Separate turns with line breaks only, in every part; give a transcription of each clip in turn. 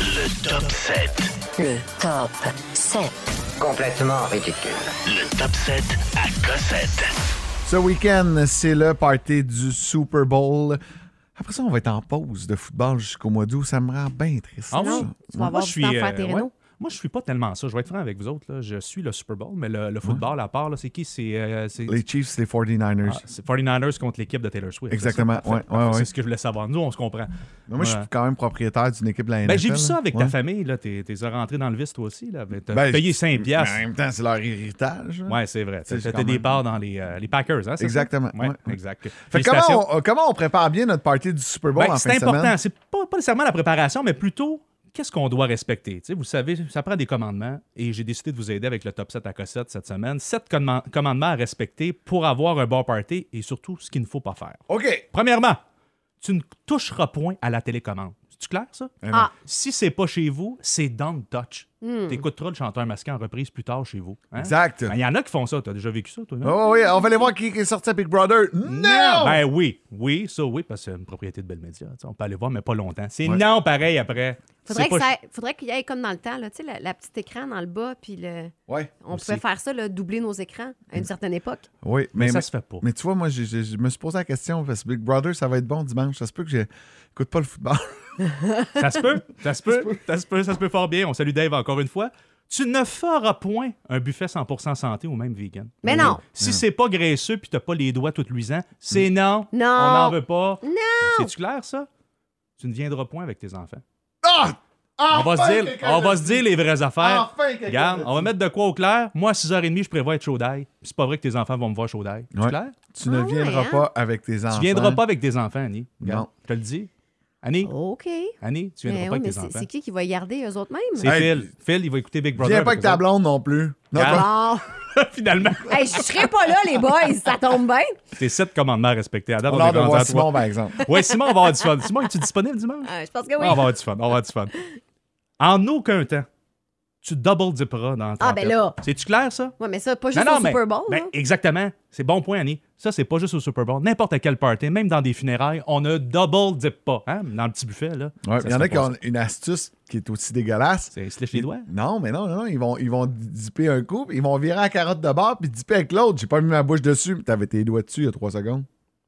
Le top 7.
Le top 7.
Complètement ridicule.
Le top 7 à Cossette.
Ce week-end, c'est le party du Super Bowl. Après ça, on va être en pause de football jusqu'au mois d'août. Ça me rend bien triste.
Ah oui?
ça.
Tu vas avoir
je
du
suis,
temps à faire
euh,
tes
ouais.
rénaux.
Moi, je suis pas tellement ça. Je vais être franc avec vous autres. là. Je suis le Super Bowl, mais le, le football, à part, là, c'est qui? C'est euh, c'est-
Les Chiefs, les 49ers.
ah, c'est 49ers contre l'équipe de Taylor Swift.
Exactement.
C'est ça?
Ouais,
Parfait.
ouais, ouais.
C'est ce que je voulais savoir. Nous, on se comprend.
Mais moi, je
Ah, Ouais.
suis quand même propriétaire d'une équipe de la NFL.
Ben, j'ai vu ça
là.
avec
Ouais.
ta famille. là. T'es t'es rentré dans le vice, toi aussi. là. Ben, T'as
hein. Ben,
payé
je-
5 piastres.
mais En même temps, c'est leur héritage. hein. là.
Ouais, c'est vrai.
C'est
T'as
quand
t'as des
même-
parts dans les, euh, les Packers, hein? c'est ça?
Exactement,
Ouais,
ouais.
exact.
Fait que
Félicitations.
comment on, comment on prépare bien notre party du Super Bowl
Ben,
en fin
c'est
de semaine?
important. C'est pas, pas nécessairement la préparation, mais plutôt qu'est-ce qu'on doit respecter. Tu sais, vous le savez, ça prend des commandements et j'ai décidé de vous aider avec le top 7 à cossette cette semaine. 7 commandements à respecter pour avoir un bon party et surtout ce qu'il ne faut pas faire.
OK.
Premièrement, tu ne toucheras point à la télécommande. C'est-tu clair, ça?
Hein?
Ah,
Si c'est pas chez vous, c'est down touch. T'écouteras le chanteur masqué en reprise plus tard chez vous. hein?
Exact.
Ben, Il y en a qui font ça. T'as déjà vécu ça, toi? non?
Oh, oui, on va aller voir qui qui est sorti à Big Brother. Non!
Ben oui, oui, ça oui, parce que c'est une propriété de Belle Média. tu sais, On peut aller voir, mais pas longtemps. C'est non pareil après.
faudrait
C'est
que
pas-
ça- faudrait qu'il y ait comme dans le temps, là, tu sais, la, la petite écran dans le bas, puis le...
Ouais.
on
Aussi.
pouvait faire ça, là, doubler nos écrans à une certaine époque.
Oui, mais,
Mais ça se fait pas.
Mais tu vois, moi, j'ai- j'ai- je me suis posé la question parce que Big Brother, ça va être bon dimanche. Ça se peut que j'écoute pas le football.
Ça se peut, ça se peut, ça se peut, ça se peut fort bien. On salue Dave encore une fois. Tu ne feras point un buffet 100% santé ou même vegan.
Mais non.
Si c'est pas graisseux puis t'as pas les doigts tout luisants, c'est non.
Non.
On n'en veut pas.
Non.
C'est-tu clair, ça? Tu ne viendras point avec tes enfants.
Ah!
on va
Enfin,
se dire,
quelqu'un
on va
l'a
se
dit.
dire les vraies affaires.
Enfin, quelqu'un
Regarde,
l'a
on va
dit.
mettre de quoi au clair. Moi, à 6h30, je prévois être chaud d'ail. C'est pas vrai que tes enfants vont me voir chaud d'ail. C'est
Ouais.
clair?
Tu ne
Ah ouais,
viendras
hein?
pas avec tes enfants.
Tu viendras pas avec tes enfants, Annie. Regarde,
Non.
Je te le dis. Annie,
OK.
Annie, tu viendras
Mais, oui,
pas avec
mais
tes
c'est
enfants.
c'est qui qui va y garder eux autres mêmes?
C'est
Hey,
Phil. Phil, il va écouter Big Brother.
Viens pas avec ta blonde non plus. Non,
Regarde.
toi-
Bon.
Finalement,
Hey, je serais pas là, les boys, ça tombe bien.
c'est sept commandements à respecter. À date,
on
on
a
est
hâte de
rendu à
voir Simon,
trois.
par exemple.
Ouais, Simon, on va avoir du fun. Simon, es-tu disponible dimanche?
Ah, je pense que
Ah,
oui.
On va avoir du fun. On va avoir du fun. En aucun temps, tu double dipperas dans le
Ah, ben là.
C'est-tu clair, ça?
Ouais, mais ça, pas juste au Super Bowl. hein?
mais ben,
là.
exactement. C'est bon point, Annie. Ça, c'est pas juste au Super Bowl. N'importe quel party, même dans des funérailles, on ne double dip pas. Hein? Dans le petit buffet, là.
Ouais,
ça
Il y en
se
a
fait
qui
pas,
ont
ça.
une astuce qui est aussi dégueulasse.
C'est se lèche les doigts.
Non, mais non, non, non, ils vont, ils vont dipper un coup, puis ils vont virer la carotte de bord, puis dipper avec l'autre. J'ai pas mis ma bouche dessus, mais t'avais tes doigts dessus il y a trois secondes.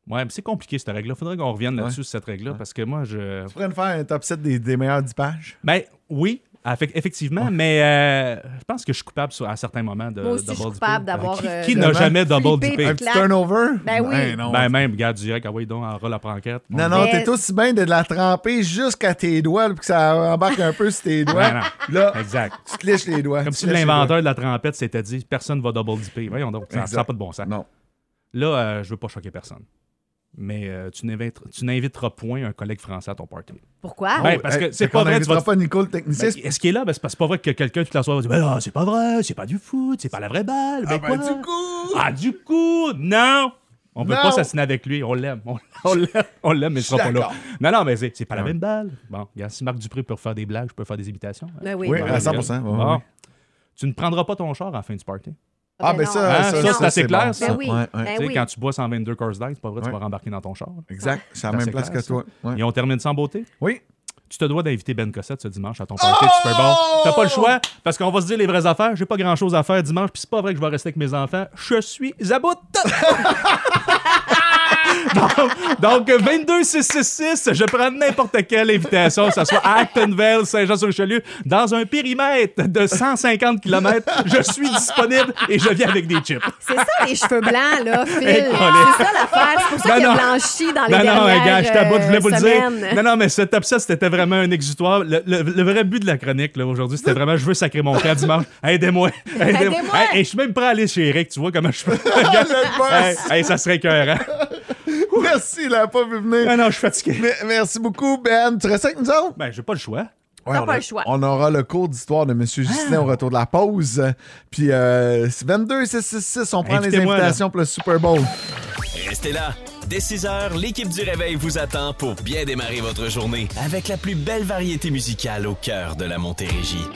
Ouais, mais c'est compliqué, cette règle-là. Faudrait qu'on revienne là-dessus,
Ouais.
sur cette règle-là, parce que moi, je.
Tu pourrais nous faire un top 7 des, des meilleurs dipages?
Ben oui, affe- effectivement, mais euh, je pense que je suis coupable sur- à certains moments de
Moi aussi, je suis
double
coupable
dipper.
d'avoir,
Qui,
euh,
qui n'a
Finalement,
jamais double
flippé.
dippé?
Un petit
Clac.
turnover?
Ben oui.
non,
Ben même, regarde, direct, ah oui, donc, en rôle la pranquette.
Non, non,
Mais-
t'es aussi bien de la tremper jusqu'à tes doigts, puis que ça embarque un peu sur tes doigts.
Non, non.
Là,
Exact.
tu te lèches les doigts.
Comme
tu
si
te lèches les
l'inventeur de la trompette s'était dit personne va double dipper. Voyons donc, ça
Exact.
n'a pas de bon sens.
doigts. Non.
Là, euh, je veux pas choquer personne. Mais euh, tu n'inviteras- tu n'inviteras point un collègue français à ton party.
Pourquoi?
Ouais, parce
Hey,
que c'est
Eh, fait
pas
qu'on
vrai, tu
invitera
vas-
pas Nico le technicien.
Ben, Est-ce qu'il est là? Ben, c'est pas- c'est pas vrai que quelqu'un toute la soirée va dire Ben non, c'est pas vrai, c'est pas du foot, c'est pas la vraie balle. Ben,
Ah, ben,
quoi?
du coup!
Ah, du coup, non! On peut
Non.
pas s'assiner avec lui, on l'aime. On, on l'aime, on l'aime, mais il sera pas là.
D'accord.
Non, non, mais c'est c'est pas la
Ouais.
même balle. Bon, regarde, si Marc Dupré peut faire des blagues, je peux faire des imitations. hein.
Ben oui,
Oui,
bon.
à 100%. ouais,
Bon.
ouais.
Tu ne prendras pas ton char à la fin du party.
Ah, ben
non.
ça,
Ah,
ça,
ça,
ça,
c'est assez clair,
bon,
ça.
Ben oui.
Ouais, ouais.
Ben
tu sais,
oui.
quand tu bois 122 Cars Light, c'est pas vrai, tu
Ouais.
vas rembarquer dans ton char. là.
Exact, c'est à
C'est
la même
assez
place
clair,
que toi. Ouais.
Et on termine sans beauté.
Oui.
Tu te dois d'inviter Ben Cossette ce dimanche à ton party de Super Bowl. T'as pas le choix, parce qu'on va se dire les vraies affaires. J'ai pas grand chose à faire dimanche, puis c'est pas vrai que je vais rester avec mes enfants. Je suis à bout! donc, donc, 22666, je prends n'importe quelle invitation, que ce soit à Actonville, Saint-Jean-sur-Richelieu, dans un périmètre de 150 km. Je suis disponible et je viens avec des chips.
C'est ça les cheveux blancs, là, Phil.
Hey,
C'est
Colin.
ça l'affaire. C'est pour ça qu'il
Non,
a
non. Ben
blanchi dans les
Non, non,
dernières
gars, je t'aboute, je voulais vous
euh,
le
semaines.
dire. Non, non, mais cet abscisse, c'était vraiment un exutoire. Le, le- le vrai but de la chronique, là, aujourd'hui, c'était vraiment je veux sacrer mon camp dimanche. Aidez-moi. Aidez-moi.
Aidez-moi.
Hey, hey, je suis même prêt à aller chez Eric, tu vois comment je fais.
le
hey,
boss!
hey, ça serait écœurant.
Merci, il a pas vu venir.
Ben Non, non, je suis fatigué.
Mais- Merci beaucoup, Ben. Tu restes avec nous autres?
Ben, j'ai pas le choix.
Ouais, on
pas
a-
le choix.
On aura le cours d'histoire de M.
Ah.
Justin au retour de la pause. Puis euh, c'est 22 666, on prend les
Invitez-moi, là.
invitations pour le Super Bowl.
Restez là. Dès 6 heures, l'équipe du réveil vous attend pour bien démarrer votre journée avec la plus belle variété musicale au cœur de la Montérégie.